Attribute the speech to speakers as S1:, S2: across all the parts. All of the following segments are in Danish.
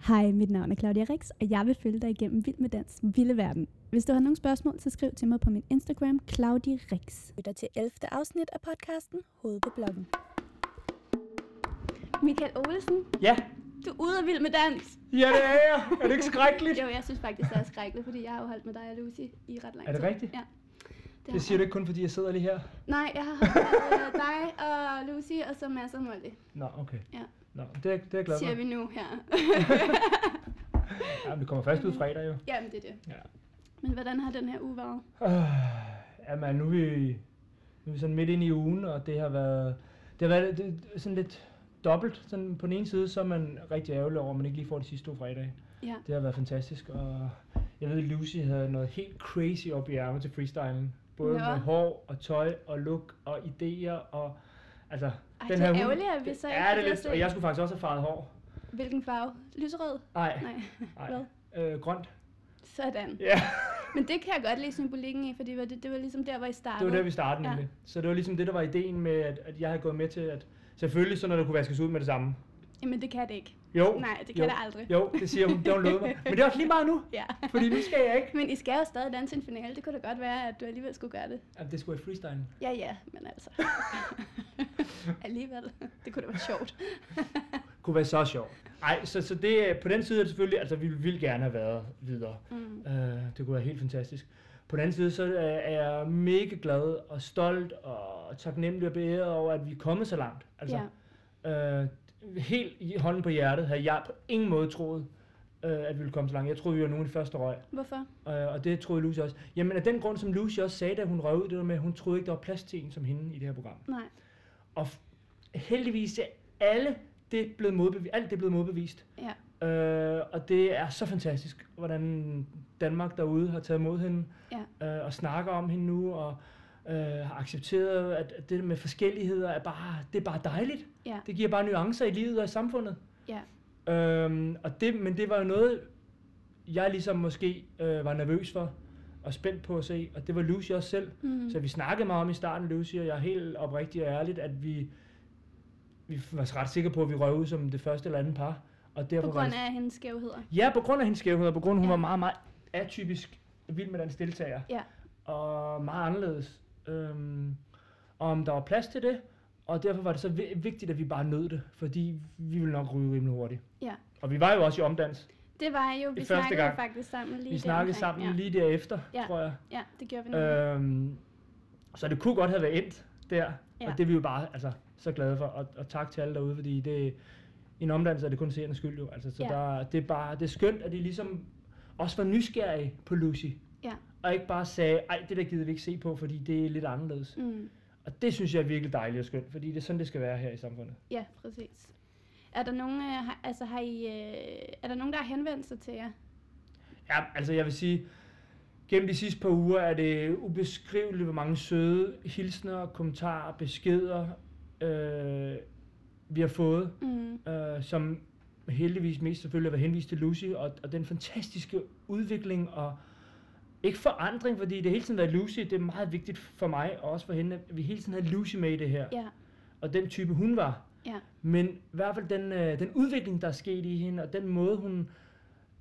S1: Hej, mit navn er Claudia Rix, og jeg vil følge dig igennem Vild med Dans, Vilde Verden. Hvis du har nogle spørgsmål, så skriv til mig på min Instagram, Claudia Rix.
S2: lytter til 11. afsnit af podcasten Hoved på bloggen.
S1: Michael Olsen,
S3: Ja,
S1: du er ude af Vild med Dans.
S3: ja det er jeg. Er det ikke skrækkeligt?
S1: Jo, jeg synes faktisk, det er skrækkeligt, fordi jeg har jo holdt med dig og Lucy i ret lang
S3: Er det
S1: tid.
S3: rigtigt?
S1: Ja. Det har
S3: Det siger du ikke kun, fordi jeg sidder lige her.
S1: jeg. Nej, jeg har holdt med øh, dig og Lucy, og så masser af Molly,
S3: Nå, okay.
S1: Ja.
S3: Nå, det er, det er jeg glad
S1: siger
S3: for.
S1: vi nu her.
S3: Ja, vi kommer først ud fredag jo.
S1: Jamen, det er det.
S3: Ja.
S1: Men hvordan har den her uge været?
S3: Øh, jamen, nu er, vi, nu er vi sådan midt ind i ugen, og det har været, det har været det, det- sådan lidt dobbelt. Sådan på den ene side, så er man rigtig ærgerlig over, at man ikke lige får de sidste to fredage.
S1: Ja.
S3: Det har været fantastisk, og jeg ved, Lucy havde noget helt crazy op i ærmet til freestylen. Både
S1: Nå.
S3: med hår og tøj og look og idéer og... Altså,
S1: Ej, det er
S3: hun-
S1: ærgerligt, at vi så ikke
S3: Ja,
S1: fik
S3: det
S1: at
S3: er lidt,
S1: se.
S3: og jeg skulle faktisk også have farvet hår.
S1: Hvilken farve? Lyserød?
S3: Ej,
S1: Nej.
S3: nej.
S1: Hvad?
S3: Øh, grønt.
S1: Sådan.
S3: Ja.
S1: Men det kan jeg godt lide symbolikken i, fordi det var, det, det var ligesom der, hvor I
S3: Det
S1: startede.
S3: var der, vi startede
S1: Ja.
S3: nemlig. Så det var ligesom det, der var ideen med, at, at jeg havde gået med til, at selvfølgelig så når der kunne vaskes ud med det samme.
S1: Jamen, det kan det ikke.
S3: Jo.
S1: Nej, det kan
S3: jo,
S1: det aldrig.
S3: Jo, det siger hun. Det har hun lovet mig. Men det er også lige meget nu,
S1: Ja.
S3: fordi nu skal jeg ikke.
S1: Men I skal jo stadig danse en finale. Det kunne da godt være, at du alligevel skulle gøre det.
S3: Jamen, det skulle jeg freestyle.
S1: Ja, ja, men altså. alligevel. Det kunne da være sjovt.
S3: Kunne være så sjovt. Ej, så, så det, øh, på den side er det selvfølgelig, altså vi ville gerne have været videre.
S1: Mm.
S3: Øh, det kunne være helt fantastisk. På den anden side, så øh, er jeg mega glad og stolt og taknemmelig og beæret over, at vi er kommet så langt. Altså,
S1: Ja.
S3: Øh, helt i hånden på hjertet havde jeg på ingen måde troet, øh, at vi ville komme så langt. Jeg troede, vi var nogen i første røg,
S1: Hvorfor?
S3: øh, og det troede Lucy også. Jamen af den grund, som Lucy også sagde, da hun røg ud, det var med, at hun troede ikke, der var plads til en som hende i det her program.
S1: Nej.
S3: Og f- heldigvis er alle det blevet modbevist, alt det er blevet modbevist.
S1: Ja.
S3: Øh, og det er så fantastisk, hvordan Danmark derude har taget imod hende
S1: Ja.
S3: øh, og snakker om hende nu, og øh, har accepteret, at at det med forskelligheder er bare, det er bare dejligt.
S1: Ja.
S3: Det giver bare nuancer i livet og i samfundet.
S1: Ja.
S3: Øhm, og det, men det var jo noget, jeg ligesom måske øh, var nervøs for og spændt på at se, og det var Lucy også selv.
S1: Mm.
S3: Så vi snakkede meget om i starten, Lucy, og jeg er helt oprigtig og ærligt, at vi, vi var ret sikre på, at vi røg ud som det første eller andet par. Og derfor
S1: På
S3: var det-
S1: grund af hendes skævheder.
S3: Ja, på grund af hendes skævhed, og på grund af, hun
S1: Ja.
S3: ja. var meget, meget atypisk vild med dansk deltager.
S1: Ja.
S3: Og meget anderledes. Øhm, og om der var plads til det, og derfor var det så vi- vigtigt, at vi bare nød det, fordi vi ville nok ryge rimelig hurtigt.
S1: Ja.
S3: Og vi var jo også i omdans.
S1: Det var jo, vi
S3: Det første
S1: snakkede
S3: gang.
S1: faktisk sammen lige
S3: vi snakkede
S1: deromkring.
S3: sammen
S1: ja.
S3: lige derefter,
S1: Ja.
S3: tror jeg.
S1: Ja, det gjorde vi nu.
S3: Øhm, så det kunne godt have været endt der,
S1: Ja.
S3: ja. og det er vi jo bare altså, så glade for, og, og tak til alle derude, fordi det, en omdannelse er det kun seernes skyld jo, altså, så
S1: Ja.
S3: ja. der, det, er bare, det er skønt, at de ligesom også var nysgerrige på Lucy,
S1: Ja.
S3: og ikke bare sagde, ej, det der gider vi ikke se på, fordi det er lidt anderledes. Mm.
S1: Mm.
S3: Og det synes jeg er virkelig dejligt og skønt, fordi det er sådan, det skal være her i samfundet.
S1: Ja, præcis. Er der nogen, øh, har- altså, har I, øh, er der nogen, der har henvendt sig til jer?
S3: Ja, altså jeg vil sige, gennem de sidste par uger er det ubeskriveligt, hvor mange søde hilsner, kommentarer, beskeder, øh, vi har fået,
S1: Mm.
S3: øh, som heldigvis mest selvfølgelig har været henvist til Lucy, og, og den fantastiske udvikling og ikke forandring, fordi det hele tiden har været Lucy, det er meget vigtigt for mig og også for hende, at vi hele tiden havde Lucy med i det her,
S1: Ja,
S3: og den type hun var.
S1: ja,
S3: Men i hvert fald den, øh, den udvikling, der er sket i hende, og den måde, hun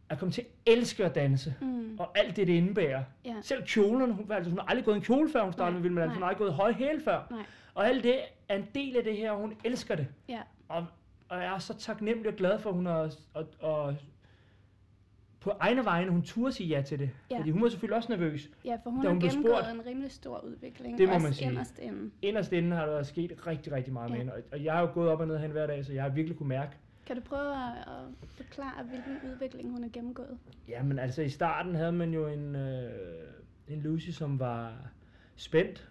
S3: er kommet til at elske at danse,
S1: Mm.
S3: og alt det, det indebærer.
S1: Ja.
S3: Selv kjolerne, hun, altså, hun har aldrig gået i en kjole før, hun startede
S1: Nej,
S3: med Vild med Dans.
S1: nej.
S3: hun har aldrig gået i høje hæle før.
S1: Nej.
S3: Og alt det er en del af det her, og hun elsker det.
S1: ja,
S3: Og, og jeg er så taknemmelig og glad for, at hun har, og, og på egne vegne, hun turde sige ja til det.
S1: Ja.
S3: Fordi hun var selvfølgelig også nervøs.
S1: ja, for hun
S3: Da
S1: har
S3: hun blev
S1: gennemgået
S3: spurgt-
S1: en rimelig stor udvikling.
S3: Det må
S1: også
S3: man sige.
S1: Inderst inde.
S3: Inderst inde har der sket rigtig, rigtig meget
S1: Ja.
S3: med hende. Og, og jeg har jo gået op og ned hen hver dag, så jeg har virkelig kunne mærke,
S1: Kan du prøve at, at forklare, hvilken udvikling hun har gennemgået?
S3: Jamen altså i starten havde man jo en, øh, en Lucy, som var spændt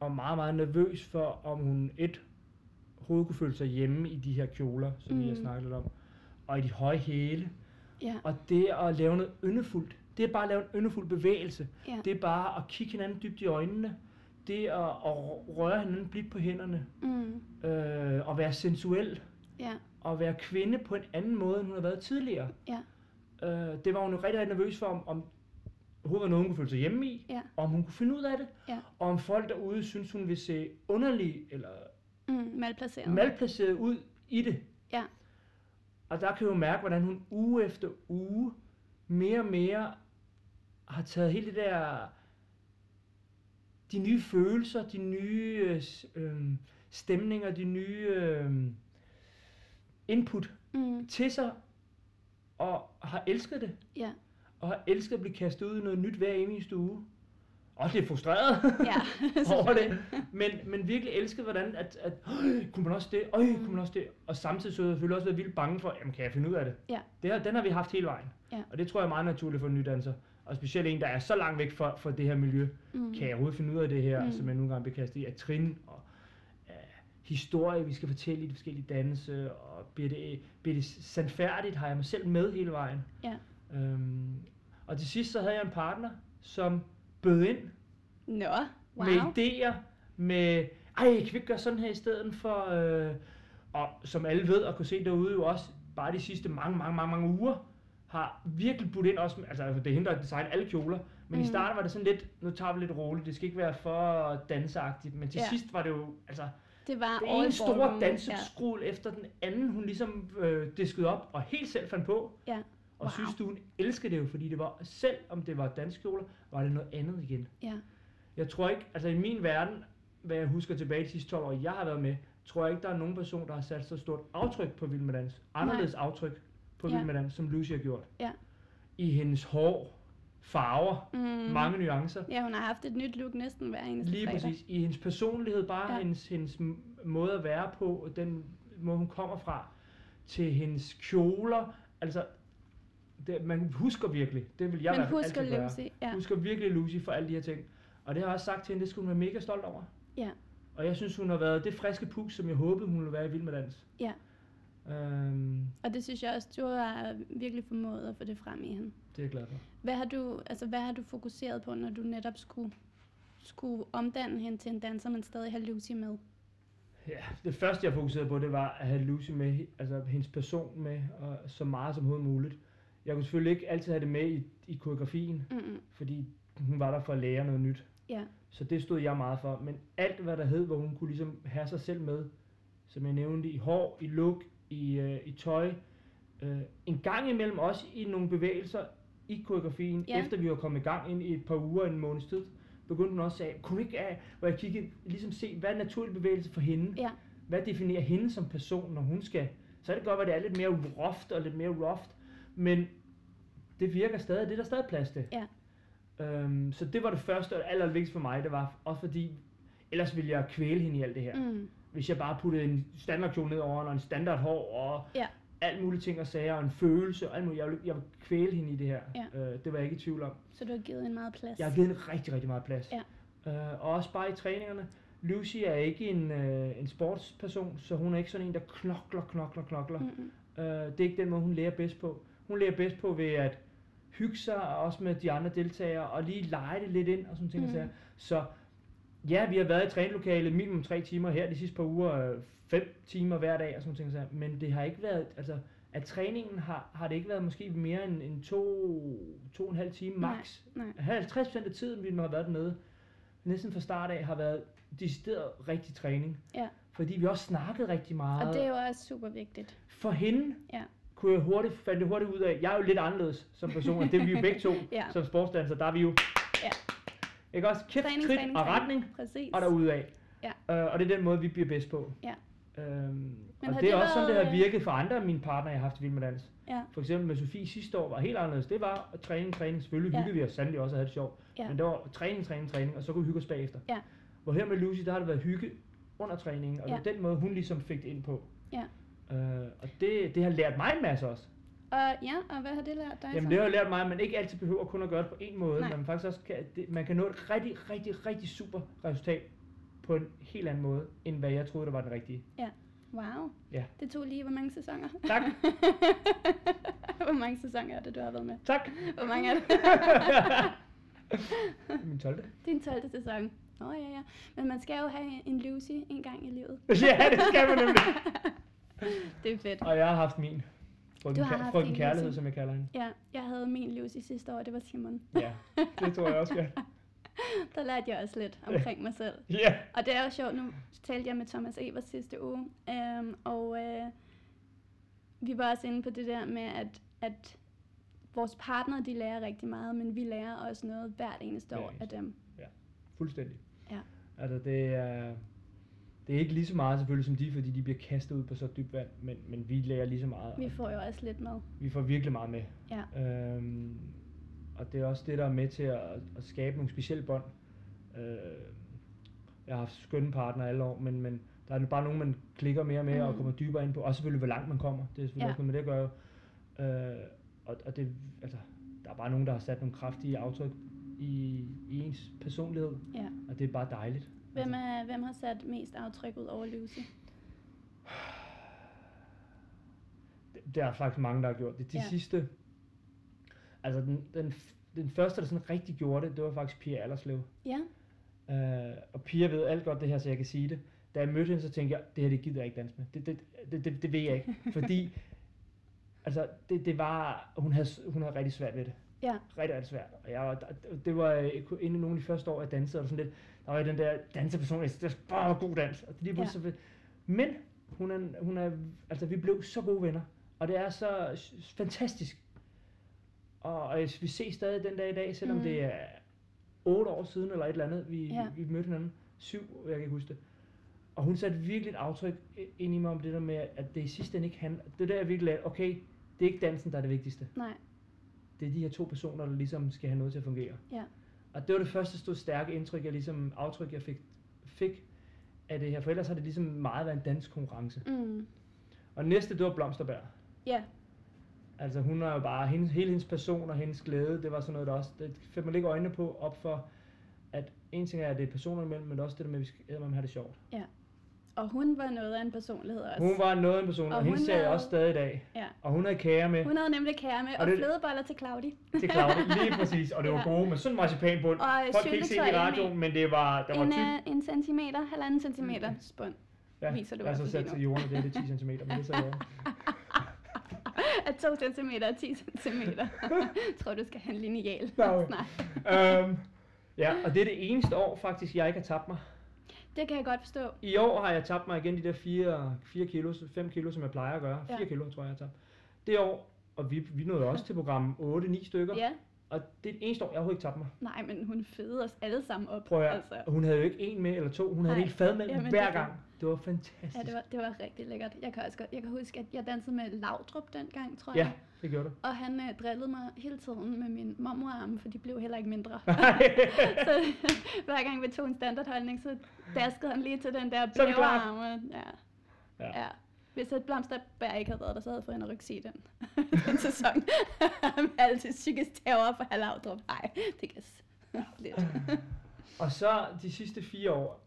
S3: og meget, meget nervøs for, om hun et hovedet kunne føle sig hjemme i de her kjoler, som mm. vi har
S1: Mm.
S3: snakket lidt om, og i de høje hæle.
S1: Ja,
S3: Og det at lave noget yndefuldt, det er bare at lave en yndefuld bevægelse.
S1: ja,
S3: Det er bare at kigge hinanden dybt i øjnene. Det at, at røre hinanden blidt på hænderne.
S1: mm.
S3: Øh, og være sensuel.
S1: ja,
S3: At være kvinde på en anden måde, end hun har været tidligere.
S1: ja,
S3: Øh, det var hun jo rigtig, rigtig nervøs for, om, om hovedet var noget, hun kunne føle sig hjemme i,
S1: ja,
S3: om hun kunne finde ud af det,
S1: Ja.
S3: og om folk derude synes, hun vil se underlig eller
S1: mm. malplaceret.
S3: malplaceret ud i det.
S1: Ja.
S3: Og der kan jeg jo mærke, hvordan hun uge efter uge mere og mere har taget hele det der, de nye følelser, de nye øh, s- øhm, stemninger, de nye øh, input
S1: Mm.
S3: til sig, og har elsket det,
S1: Ja.
S3: og har elsket at blive kastet ud i noget nyt hver eneste uge. Og det er frustreret
S1: ja.
S3: over det, men, men virkelig elskede, hvordan at, at "Øj, kunne man også det, øj,
S1: Mm.
S3: kunne man også det, og samtidig så har jeg selvfølgelig også været vildt bange for, jamen kan jeg finde ud af det?
S1: Ja.
S3: det her, den har vi haft hele vejen,
S1: Ja.
S3: og det tror jeg er meget naturligt for en nydanser, og specielt en, der er så langt væk fra, fra det her miljø,
S1: Mm.
S3: kan jeg overhovedet finde ud af det her,
S1: Mm.
S3: mm. som jeg nogle gange bliver kastet i, af trin og øh, historie, vi skal fortælle i de forskellige danse, og bliver det, bliver det sandfærdigt, har jeg mig selv med hele vejen.
S1: Ja.
S3: Øhm, og til sidst så havde jeg en partner, som bød ind
S2: Nå.
S1: Wow.
S3: wow. med idéer, med, ej, kan vi ikke gøre sådan her i stedet for, øh, og som alle ved og kunne se derude jo også, bare de sidste mange, mange, mange, mange uger, har virkelig budt ind også, med- altså det hindrer at designe alle kjoler, men mm. i
S1: Mhm.
S3: starten var det sådan lidt, nu tager vi lidt roligt, det skal ikke være for danseagtigt, men til
S1: Ja.
S3: ja. sidst var det jo, altså,
S1: Det var
S3: det
S1: all
S3: ene store
S1: ballroom.
S3: danseskrul ja. efter den anden, hun ligesom øh, diskede op og helt selv fandt på.
S1: Ja.
S3: Og wow.
S1: Wow.
S3: synes, du elskede det jo, fordi det var, selv om det var danskjoler, var det noget andet igen.
S1: Ja.
S3: Jeg tror ikke, altså i min verden, hvad jeg husker tilbage de sidste 12 år, jeg har været med, tror jeg ikke, der er nogen person, der har sat så stort aftryk på Vild Med Dans, anderledes Nej. aftryk på
S1: Ja.
S3: Vild Med Dans, som Lucy har gjort.
S1: Ja.
S3: I hendes hår, farver,
S1: Ja. Mm.
S3: mm. mange nuancer.
S1: Ja, hun har haft et nyt look næsten hver eneste
S3: Lige
S1: fredag.
S3: præcis. I hendes personlighed, bare
S1: Ja.
S3: ja. hendes, hendes m- måde at være på, og den måde, hun kommer fra, til hendes kjoler. Altså, det, man husker virkelig. Det vil jeg i
S1: Men
S3: hvert fald
S1: husk at
S3: altid gøre.
S1: Lucy. Ja.
S3: Husker virkelig Lucy for alle de her ting. Og det har jeg også sagt til hende, det skulle hun være mega stolt over.
S1: Ja.
S3: Og jeg synes, hun har været det friske puk, som jeg håbede, hun ville være i Vild Med Dans.
S1: Ja.
S3: Øhm,
S1: Og det synes jeg også, du har virkelig formået at få det frem i hende.
S3: det er jeg glad for.
S1: Hvad har du, altså, hvad har du fokuseret på, når du netop skulle, skulle omdanne hende til en danser, men stadig have Lucy med?
S3: Ja, det første jeg fokuserede på, det var at have Lucy med, altså hendes person med, og så meget som overhovedet muligt. Jeg kunne selvfølgelig ikke altid have det med i, i koreografien,
S1: Mm-mm.
S3: fordi hun var der for at lære noget nyt.
S1: Ja.
S3: Så det stod jeg meget for. Men alt hvad der hed, hvor hun kunne ligesom have sig selv med, som jeg nævnte, i hår, i look, i, øh, i tøj, øh, en gang imellem også i nogle bevægelser i koreografien,
S1: Ja.
S3: ja. efter vi var kommet i gang ind i et par uger, en måneds tid, begyndte hun også at sige, kunne ikke, af, hvor jeg kiggede, ligesom se, hvad er naturlig bevægelse for hende?
S1: Ja.
S3: Hvad definerer hende som person, når hun skal? Så er det godt, at det er lidt mere roft og lidt mere roft, men det virker stadig, det er der stadig plads til.
S1: Ja.
S3: Øhm, så det var det første og allervigtigste for mig, det var også fordi, ellers ville jeg kvæle hende i alt det her.
S1: Mm.
S3: Hvis jeg bare puttede en standardkjole ned over hende, og en standardhår, og
S1: Ja.
S3: alt mulige ting og sager, og en følelse, og alt muligt. Jeg ville, jeg ville kvæle hende i det her.
S1: Ja.
S3: Øh, det var jeg ikke i tvivl om.
S1: Så du har givet en meget plads.
S3: Jeg har givet hende rigtig, rigtig meget plads.
S1: Ja.
S3: Øh, og også bare i træningerne. Lucy er ikke en, øh, en sportsperson, så hun er ikke sådan en, der knokler, knokler, knokler.
S1: Mm-mm.
S3: Øh, det er ikke den måde, hun lærer bedst på. Hun lærer bedst på ved at hygge sig, og også med de andre deltagere, og lige lege det lidt ind, og sådan ting.
S1: Mhm.
S3: Mm. Så ja, vi har været i trænelokalet minimum tre timer her de sidste par uger, øh, fem timer hver dag, og sådan ting. sager. Men det har ikke været, altså, at træningen har, har det ikke været måske mere end, end to, to og en halv time
S1: Nej,
S3: max.
S1: nej.
S3: 50% af tiden, vi har været dernede, næsten fra start af, har været decideret rigtig træning.
S1: Ja.
S3: Fordi vi også snakkede rigtig meget.
S1: Og det er jo også super vigtigt.
S3: For hende
S1: Ja.
S3: kunne jeg hurtigt, fandt det hurtigt ud af, jeg er jo lidt anderledes som person, og det er vi jo begge to
S1: Ja.
S3: som sportsdanser, der er vi jo,
S1: Ja.
S3: ikke også, kæft,
S1: Træning,
S3: trit
S1: træning,
S3: og
S1: træning.
S3: retning,
S1: Præcis.
S3: og derudad.
S1: Ja.
S3: Øh, og det er den måde, vi bliver bedst på.
S1: Ja.
S3: Øhm, og
S1: har
S3: det er
S1: det
S3: også sådan, det
S1: været,
S3: har
S1: øh,
S3: virket for andre af mine partnere, jeg har haft i Vild med Dans.
S1: Ja.
S3: For eksempel med Sofie sidste år var helt anderledes. Det var at træning, træning. Selvfølgelig
S1: Ja.
S3: ja. hyggede vi os sandelig også og havde det sjovt.
S1: Ja.
S3: Men det var træning, træning, træning, og så kunne vi hygge os bagefter.
S1: Ja.
S3: Hvor her med Lucy, der har det været hygge under træningen, og ja. det er den måde, hun ligesom fik det ind på.
S1: Ja.
S3: Øh, og det, det har lært mig en masse også.
S1: Og, ja, og hvad har det lært dig
S3: Jamen
S1: så?
S3: det har jo lært mig, at man ikke altid behøver kun at gøre det på en måde,
S1: Nej.
S3: Nej. men man faktisk også kan, det, man kan nå et rigtig, rigtig, rigtig super resultat på en helt anden måde, end hvad jeg troede, der var den rigtige.
S1: Wow.
S3: Ja.
S1: Det tog lige, hvor mange sæsoner?
S3: Tak,
S1: hvor mange sæsoner er det, du har været med?
S3: tak.
S1: Hvor mange er det?
S3: Min 12.
S1: Din 12. sæson. Nå ja, ja. Men man skal jo have en Lucy en gang i livet.
S3: ja, det skal man nemlig.
S1: Det er fedt.
S3: Og jeg har haft min.
S1: Du
S3: Frøken,
S1: har
S3: Ka-
S1: haft
S3: frøken
S1: din
S3: Kærlighed,
S1: hele
S3: som jeg kalder hende.
S1: Ja, jeg havde min Lucy sidste år, det var Simon.
S3: Ja, det tror jeg også, ja.
S1: Der lærte jeg også lidt omkring mig selv.
S3: Ja,
S1: Og det er jo sjovt, nu talte jeg med Thomas Evers sidste uge, øhm, og øh, vi var også inde på det der med, at, at vores partner, de lærer rigtig meget, men vi lærer også noget hvert eneste
S3: Hver
S1: år af
S3: eneste.
S1: dem.
S3: Fuldstændig.
S1: Ja.
S3: Altså, det er, det er ikke lige så meget selvfølgelig som de, fordi de bliver kastet ud på så dybt vand, men, men vi lærer lige så meget.
S1: Vi får jo også lidt med.
S3: vi får virkelig meget med.
S1: Ja.
S3: Øhm, og det er også det, der er med til at, at skabe nogle specielle bånd. Øh, jeg har haft skønne partnere alle år, men, men der er bare nogen, man klikker mere med mm. og
S1: Mhm.
S3: kommer dybere ind på. Også selvfølgelig, hvor langt man kommer. Det er selvfølgelig
S1: Ja.
S3: ja. også noget med det at gøre. Øh, og, og det, altså, der er bare nogen, der har sat nogle kraftige aftryk i, i ens personlighed.
S1: Ja.
S3: Og det er bare dejligt.
S1: Hvem, er, hvem har sat mest aftryk ud over Lucy?
S3: Det- Der er faktisk mange, der har gjort det. De
S1: Ja.
S3: ja. sidste... Altså, den, den, f- den første, der sådan rigtig gjorde det, det var faktisk Pia Allerslev.
S1: Ja,
S3: Øh, og Pia ved alt godt det her, så jeg kan sige det. Da jeg mødte hende, så tænkte jeg, det her det gider jeg ikke danse med. Det, det, det, det, det ved jeg ikke. Fordi altså, det, det var, hun havde, hun havde rigtig svært ved det.
S1: Ja.
S3: Rigtig, rigtig svært. Og jeg, var- der- det var øh, inden nogle af de første år, jeg dansede, og sådan lidt, der var jeg den der danseperson, jeg synes, det var bare god dans. Og det lige
S1: Ja.
S3: ja. så ved. Men hun er, en- hun er, altså, vi blev så gode venner, og det er så s- fantastisk. Og, og jeg- vi ses stadig den dag i dag, selvom
S1: Mm.
S3: mm. det er otte år siden, eller et eller andet, vi,
S1: Ja.
S3: ja. vi mødte hinanden. Syv, jeg kan ikke huske det. Og hun satte virkelig et aftryk i- ind i mig om det der med, at det i sidste ende ikke handler. Det der jeg virkelig lærte, okay, det er ikke dansen, der er det vigtigste.
S1: nej.
S3: Det er de her to personer, der ligesom skal have noget til at fungere.
S1: Ja.
S3: Og det var det første stod stærke indtryk, jeg ligesom, aftryk, jeg fik, fik af det her. For ellers har det ligesom meget været en dansk konkurrence.
S1: Mm.
S3: Og næste, det var Blomsterbær.
S1: Ja,
S3: Altså hun var jo bare, hendes, hele hendes person og hendes glæde, det var sådan noget, der også, det fik man ikke øjnene på op for, at en ting er, at det er personerne imellem, men også det der med, at vi skal man have det sjovt.
S1: og hun var noget af en personlighed også.
S3: Hun var noget af en person,
S1: Og
S3: og, og hende
S1: hun
S3: ser jeg
S1: havde-
S3: også stadig i dag.
S1: Ja.
S3: Og hun havde kager med
S1: hun havde nemlig kærme og,
S3: Og det-
S1: flødeboller til Claudi.
S3: til Claudia, lige præcis, og det var
S1: Ja.
S3: gode med sådan en marcipanbund.
S1: Og
S3: Folk kan ikke se det i
S1: syltetøj
S3: radioen, men det var, der var
S1: en,
S3: tyk. Mm.
S1: øh, en centimeter, halvanden centimeter spund
S3: Ja,
S1: viser du
S3: jeg er
S1: også
S3: så
S1: lige
S3: sat
S1: nu.
S3: til jorden, det er det 10 cm, men det er så i orden.
S1: af 2 centimeter og 10 centimeter. jeg tror, du skal have en lineal
S3: Nå.
S1: snart.
S3: øhm, ja, og det er det eneste år faktisk, jeg ikke har tabt mig.
S1: Det kan jeg godt forstå.
S3: I år har jeg tabt mig igen de der 4, 4 kilo, 5 kilo, som jeg plejer at gøre.
S1: Ja.
S3: 4 kilo, tror jeg, jeg har tabt. Det år, og vi, vi nåede også til program 8-9 stykker,
S1: Ja,
S3: og det er det eneste år, jeg overhovedet ikke tabt mig.
S1: nej, men hun fedede os alle sammen op.
S3: Prøv at høre,
S1: altså.
S3: hun havde jo ikke en med eller to, hun havde
S1: Nej.
S3: Nej. et helt fad med
S1: Jamen, det
S3: hver
S1: er
S3: gang. Det var fantastisk.
S1: Ja, det var, det var rigtig lækkert. Jeg kan også godt, jeg kan huske, at jeg dansede med Laudrup dengang, tror
S3: ja,
S1: jeg.
S3: det gjorde du.
S1: Og han øh, drillede mig hele tiden med min mormorarme, for de blev heller ikke mindre. så hver gang vi tog en standardholdning, så daskede han lige til den der
S3: Så er vi
S1: blå
S3: klar.
S1: arme. Ja.
S3: Ja.
S1: ja. Hvis et blomsterbær ikke havde været der, så havde jeg fået en rygsæk i den, den sæson. Med alle de psykisk terror for Halvdrup. Nej, det kan s- lidt.
S3: og så de sidste fire år,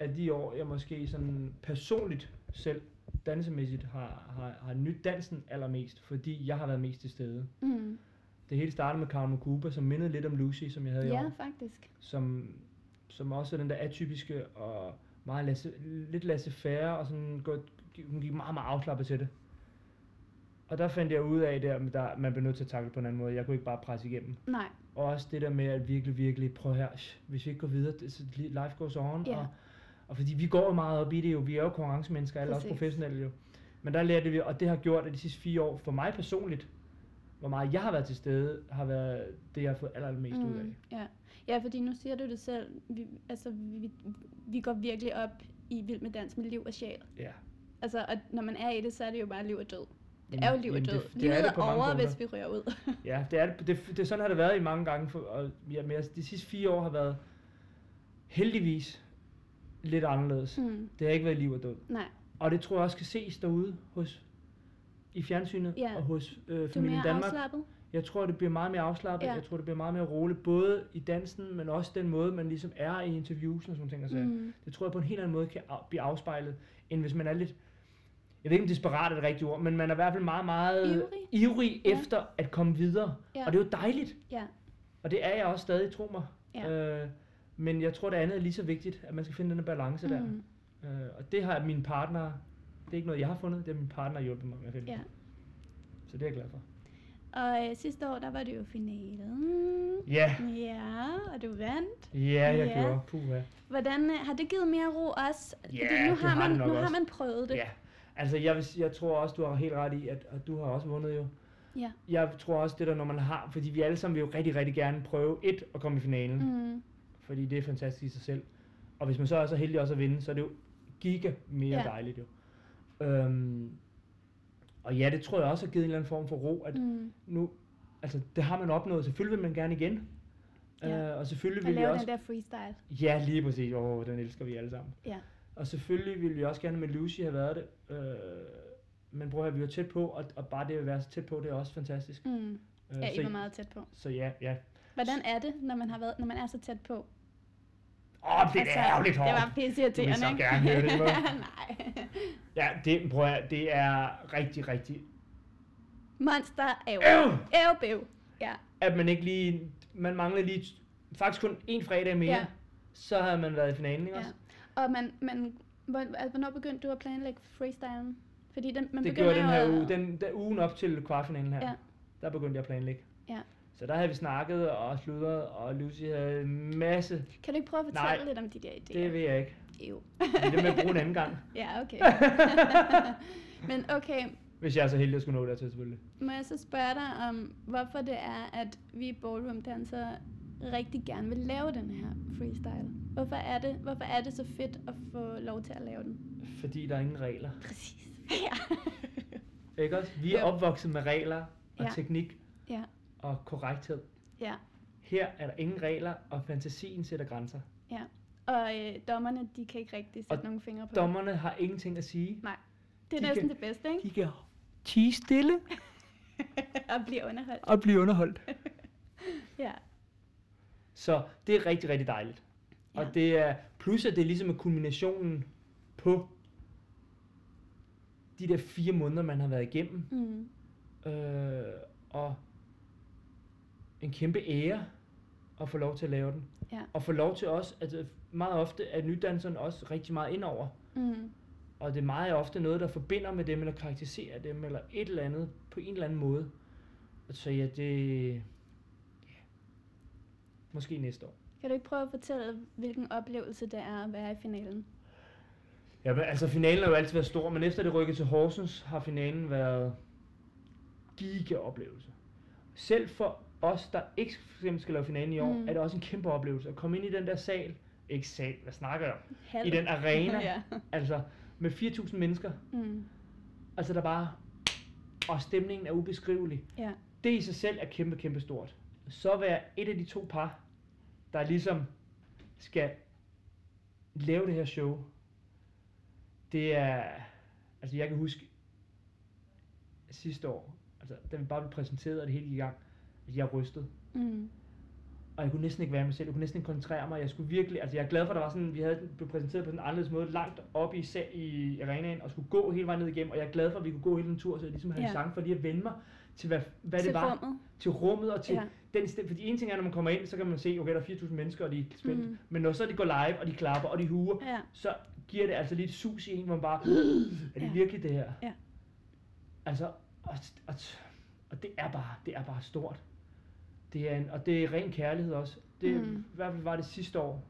S3: af de år, jeg måske sådan personligt selv dansemæssigt har, har, har nyt dansen allermest, fordi jeg har været mest til stede.
S1: Mm.
S3: Det hele startede med Carmen Cuba, som mindede lidt om Lucy, som jeg havde i år.
S1: Ja, faktisk.
S3: som, som også er den der atypiske og meget lasse, lidt lasse færre og sådan gå, hun gik meget, meget afslappet til det. Og der fandt jeg ud af, der, at der, man blev nødt til at takle på en anden måde. Jeg kunne ikke bare presse igennem.
S1: Nej,
S3: Og også det der med, at virkelig, virkelig, prøv her, hvis vi ikke går videre, det- så li- life goes on.
S1: Ja.
S3: Og, og fordi vi går jo meget op i det jo, vi er jo konkurrencemennesker, alle også
S1: Præcis.
S3: professionelle jo. Men der lærte vi, og det har gjort, at de sidste fire år, for mig personligt, hvor meget jeg har været til stede, har været det, jeg har fået allermest mm. ud af.
S1: Ja. ja, fordi nu siger du det selv. Vi, altså, vi, vi går virkelig op i Vild med Dans med liv og sjæl.
S3: Ja.
S1: Altså, og når man er i det, så er det jo bare liv og død. Det er jo liv og
S3: Mm, Jamen,
S1: død.
S3: det- det er
S1: Livet
S3: det
S1: er
S3: på mange
S1: over,
S3: punkter.
S1: hvis vi rører ud.
S3: Ja, det er, det, det, det, sådan har det været i mange gange, for, og ja, men jeg, de sidste fire år har været heldigvis lidt anderledes. Mm.
S1: Mm,
S3: Det har ikke været liv og død.
S1: nej,
S3: Og det tror jeg også kan ses derude hos, i fjernsynet
S1: Ja.
S3: og hos øh,
S1: du er
S3: familien
S1: mere
S3: Danmark.
S1: afslappet.
S3: Jeg tror, det bliver meget mere afslappet.
S1: Ja.
S3: Ja. Jeg tror, det bliver meget mere roligt, både i dansen, men også den måde, man ligesom er i interviews og sådan nogle ting. Altså. Mm.
S1: Mm,
S3: Det tror jeg på en helt anden måde kan af, blive afspejlet, end hvis man er lidt... Jeg ved ikke, om desperat er det rigtige ord, men man er i hvert fald meget, meget
S1: Ivrig.
S3: ivrig
S1: Ja.
S3: efter at komme videre.
S1: Ja.
S3: Ja. Og det er jo dejligt.
S1: ja,
S3: Og det er jeg også stadig, tro mig.
S1: Ja.
S3: Øh, men jeg tror, det andet er lige så vigtigt, at man skal finde den her balance mm. der.
S1: mm,
S3: Øh, og det har mine partnere, det er ikke noget, jeg har fundet, det har mine partnere hjulpet mig med at finde.
S1: ja.
S3: Så det er jeg glad for.
S1: Og øh, sidste år, der var det jo finalen.
S3: Ja,
S1: Ja, og du vandt.
S3: ja, jeg
S1: Ja.
S3: gjorde. Puh, ja.
S1: Hvordan øh, har det givet mere ro også?
S3: Ja,
S1: Fordi nu
S3: det
S1: har
S3: har
S1: man,
S3: det nok
S1: nu har
S3: også.
S1: man prøvet det.
S3: ja. Altså, jeg, vil, sige- jeg tror også, du har helt ret i, at, at du har også vundet jo.
S1: Ja.
S3: Jeg tror også, det der, når man har, fordi vi alle sammen vil jo rigtig, rigtig gerne prøve et at komme i finalen, mm.
S1: Mm.
S3: fordi det er fantastisk i sig selv. Og hvis man så er så heldig også at vinde, så er det jo giga mere
S1: Ja.
S3: ja. dejligt jo. Øhm, og ja, det tror jeg også har givet en eller anden form for ro, at
S1: Mm.
S3: nu, altså det har man opnået, selvfølgelig vil man gerne igen.
S1: Ja.
S3: Ja. Øh, og selvfølgelig
S1: Og
S3: vil jeg
S1: lave
S3: også...
S1: den der freestyle.
S3: Ja, lige præcis. Åh, oh, den elsker vi alle sammen.
S1: Ja.
S3: Og selvfølgelig ville vi også gerne med Lucy have været det. Øh, men prøv at høre, vi var tæt på, og, og bare det at være så tæt på, det er også fantastisk.
S1: Mm.
S3: Øh,
S1: Ja, I var
S3: så,
S1: meget tæt på.
S3: så ja, ja.
S1: Hvordan er det, når man, har været, når man er så tæt på?
S3: Åh, oh, det er ærgerligt hårdt.
S1: Altså, Det var pisse irriterende,
S3: Du vil så gerne høre det, hva'?
S1: Nej.
S3: Ja, det, prøv at, høre, det er rigtig, rigtig...
S1: Monster æv.
S3: Øv!
S1: Æv, bæv. Ja.
S3: At man ikke lige... Man mangler lige faktisk kun en fredag mere,
S1: Ja.
S3: ja. så havde man været i finalen, ikke
S1: ja.
S3: også?
S1: Og man, man, hvor, altså, hvornår begyndte du at planlægge freestylen? Fordi den, man
S3: det
S1: begynder
S3: gjorde den
S1: jo
S3: her
S1: at-
S3: uge, den, der ugen op til kvartfinalen her.
S1: Ja.
S3: Ja. Der begyndte jeg at planlægge.
S1: Ja.
S3: Så der havde vi snakket og sludret, og Lucy havde en masse.
S1: Kan du ikke prøve at
S3: Nej,
S1: fortælle lidt om de der
S3: Det,
S1: idéer?
S3: det ved jeg ikke.
S1: Jo.
S3: Men Det må jeg bruge en anden gang,
S1: Ja, okay. Men okay,
S3: hvis jeg er så heldig at skulle nå dertil selvfølgelig.
S1: må jeg så spørge dig om, hvorfor det er, at vi ballroomdansere rigtig gerne vil lave den her freestyle? Hvorfor er det, hvorfor er det så fedt at få lov til at lave den?
S3: Fordi der er ingen regler.
S1: Præcis. Ja.
S3: Ikke også? Vi er
S1: Jo.
S3: opvokset med regler og
S1: Ja.
S3: ja. teknik
S1: Ja.
S3: og korrekthed.
S1: ja.
S3: Her er der ingen regler, og fantasien sætter grænser.
S1: Og øh, dommerne, de kan ikke rigtig sætte
S3: Og
S1: nogle fingre på det.
S3: Dommerne har ingenting at sige.
S1: Det er
S3: de
S1: næsten
S3: kan-
S1: det bedste, ikke?
S3: De kan tige stille
S1: At blive underholdt.
S3: og blive underholdt.
S1: Ja.
S3: Så det er rigtig, rigtig dejligt. Ja.
S1: Ja.
S3: Og det er, plus at det ligesom er kulminationen på de der fire måneder, man har været igennem.
S1: Mm.
S3: Øh, og en kæmpe ære at få lov til at lave den.
S1: Ja.
S3: Og få lov til også, at øh, meget ofte er nydanserne også rigtig meget indover.
S1: Mm.
S3: Og det er meget ofte noget, der forbinder med dem, eller karakteriserer dem, eller et eller andet på en eller anden måde. Så ja, det... Ja. Måske næste år.
S1: Kan du ikke prøve at fortælle, hvilken oplevelse det er at være i finalen?
S3: Ja, men altså finalen har jo altid været stor, men efter det rykkede til Horsens, har finalen været giga oplevelse. Selv for os, der ikke for eksempel skal lave finalen i år,
S1: Mm.
S3: mm. er det også en kæmpe oplevelse at komme ind i den der sal, ikke sal, hvad snakker jeg om?
S1: Halv.
S3: I den arena,
S1: ja.
S3: altså med 4.000 mennesker,
S1: Mm.
S3: altså der bare, og stemningen er ubeskrivelig.
S1: Ja.
S3: Det i sig selv er kæmpe, kæmpe stort. Så være et af de to par, der ligesom skal lave det her show, det er, altså jeg kan huske sidste år, altså da vi bare blev præsenteret og det hele gik i gang, at jeg rystede.
S1: Mm.
S3: Og jeg kunne næsten ikke være mig selv, jeg kunne næsten ikke koncentrere mig, jeg skulle virkelig, altså jeg er glad for, at der var sådan, vi havde blev præsenteret på sådan en anderledes måde, langt op i, sa- i arenaen, og skulle gå hele vejen ned igennem, og jeg er glad for, at vi kunne gå hele den tur, så jeg ligesom havde
S1: Ja.
S3: en chance for lige at vende mig til, hvad, hvad
S1: Til
S3: det var,
S1: rummet.
S3: til rummet og til
S1: Ja.
S3: ja. den sted. Fordi en ting er, når man kommer ind, så kan man se, okay, der er 4.000 mennesker, og de er spændt.
S1: Mm.
S3: Mm. Men når så de går live, og de klapper, og de huer,
S1: Ja.
S3: så giver det altså lidt sus i en, hvor man bare, er det
S1: Ja.
S3: virkelig det her?
S1: Ja.
S3: Altså, og, og, og det er bare, det er bare stort. Det er en, og det er ren kærlighed også. Det
S1: Mm.
S3: mm. i hvert fald var det sidste år.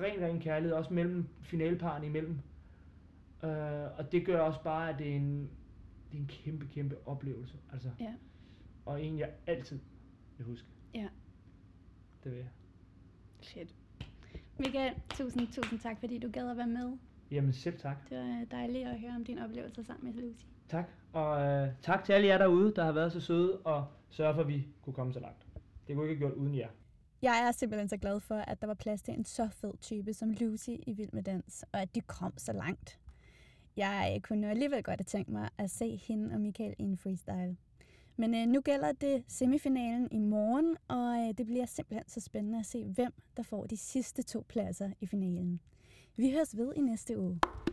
S3: Ren, ren kærlighed, også mellem finaleparerne imellem. Øh, og det gør også bare, at det er en, det er en kæmpe, kæmpe oplevelse. Altså.
S1: Ja.
S3: Og en, jeg altid vil huske.
S1: Ja.
S3: Det vil jeg.
S1: Shit. Michael, tusind, tusind tak, fordi du gad at være med.
S3: Jamen selv tak.
S1: Det var øh, dejligt at høre om dine oplevelser sammen med Lucy.
S3: Tak, og øh, tak til alle jer derude, der har været så søde og sørge for, at vi kunne komme så langt. Det kunne ikke have gjort uden jer.
S2: Jeg er simpelthen så glad for, at der var plads til en så fed type som Lucy i Vild med Dans, og at de kom så langt. Jeg øh, kunne alligevel godt have tænkt mig at se hende og Michael i en freestyle. Men øh, nu gælder det semifinalen i morgen, og øh, det bliver simpelthen så spændende at se, hvem der får de sidste to pladser i finalen. Vi høres ved i næste uge.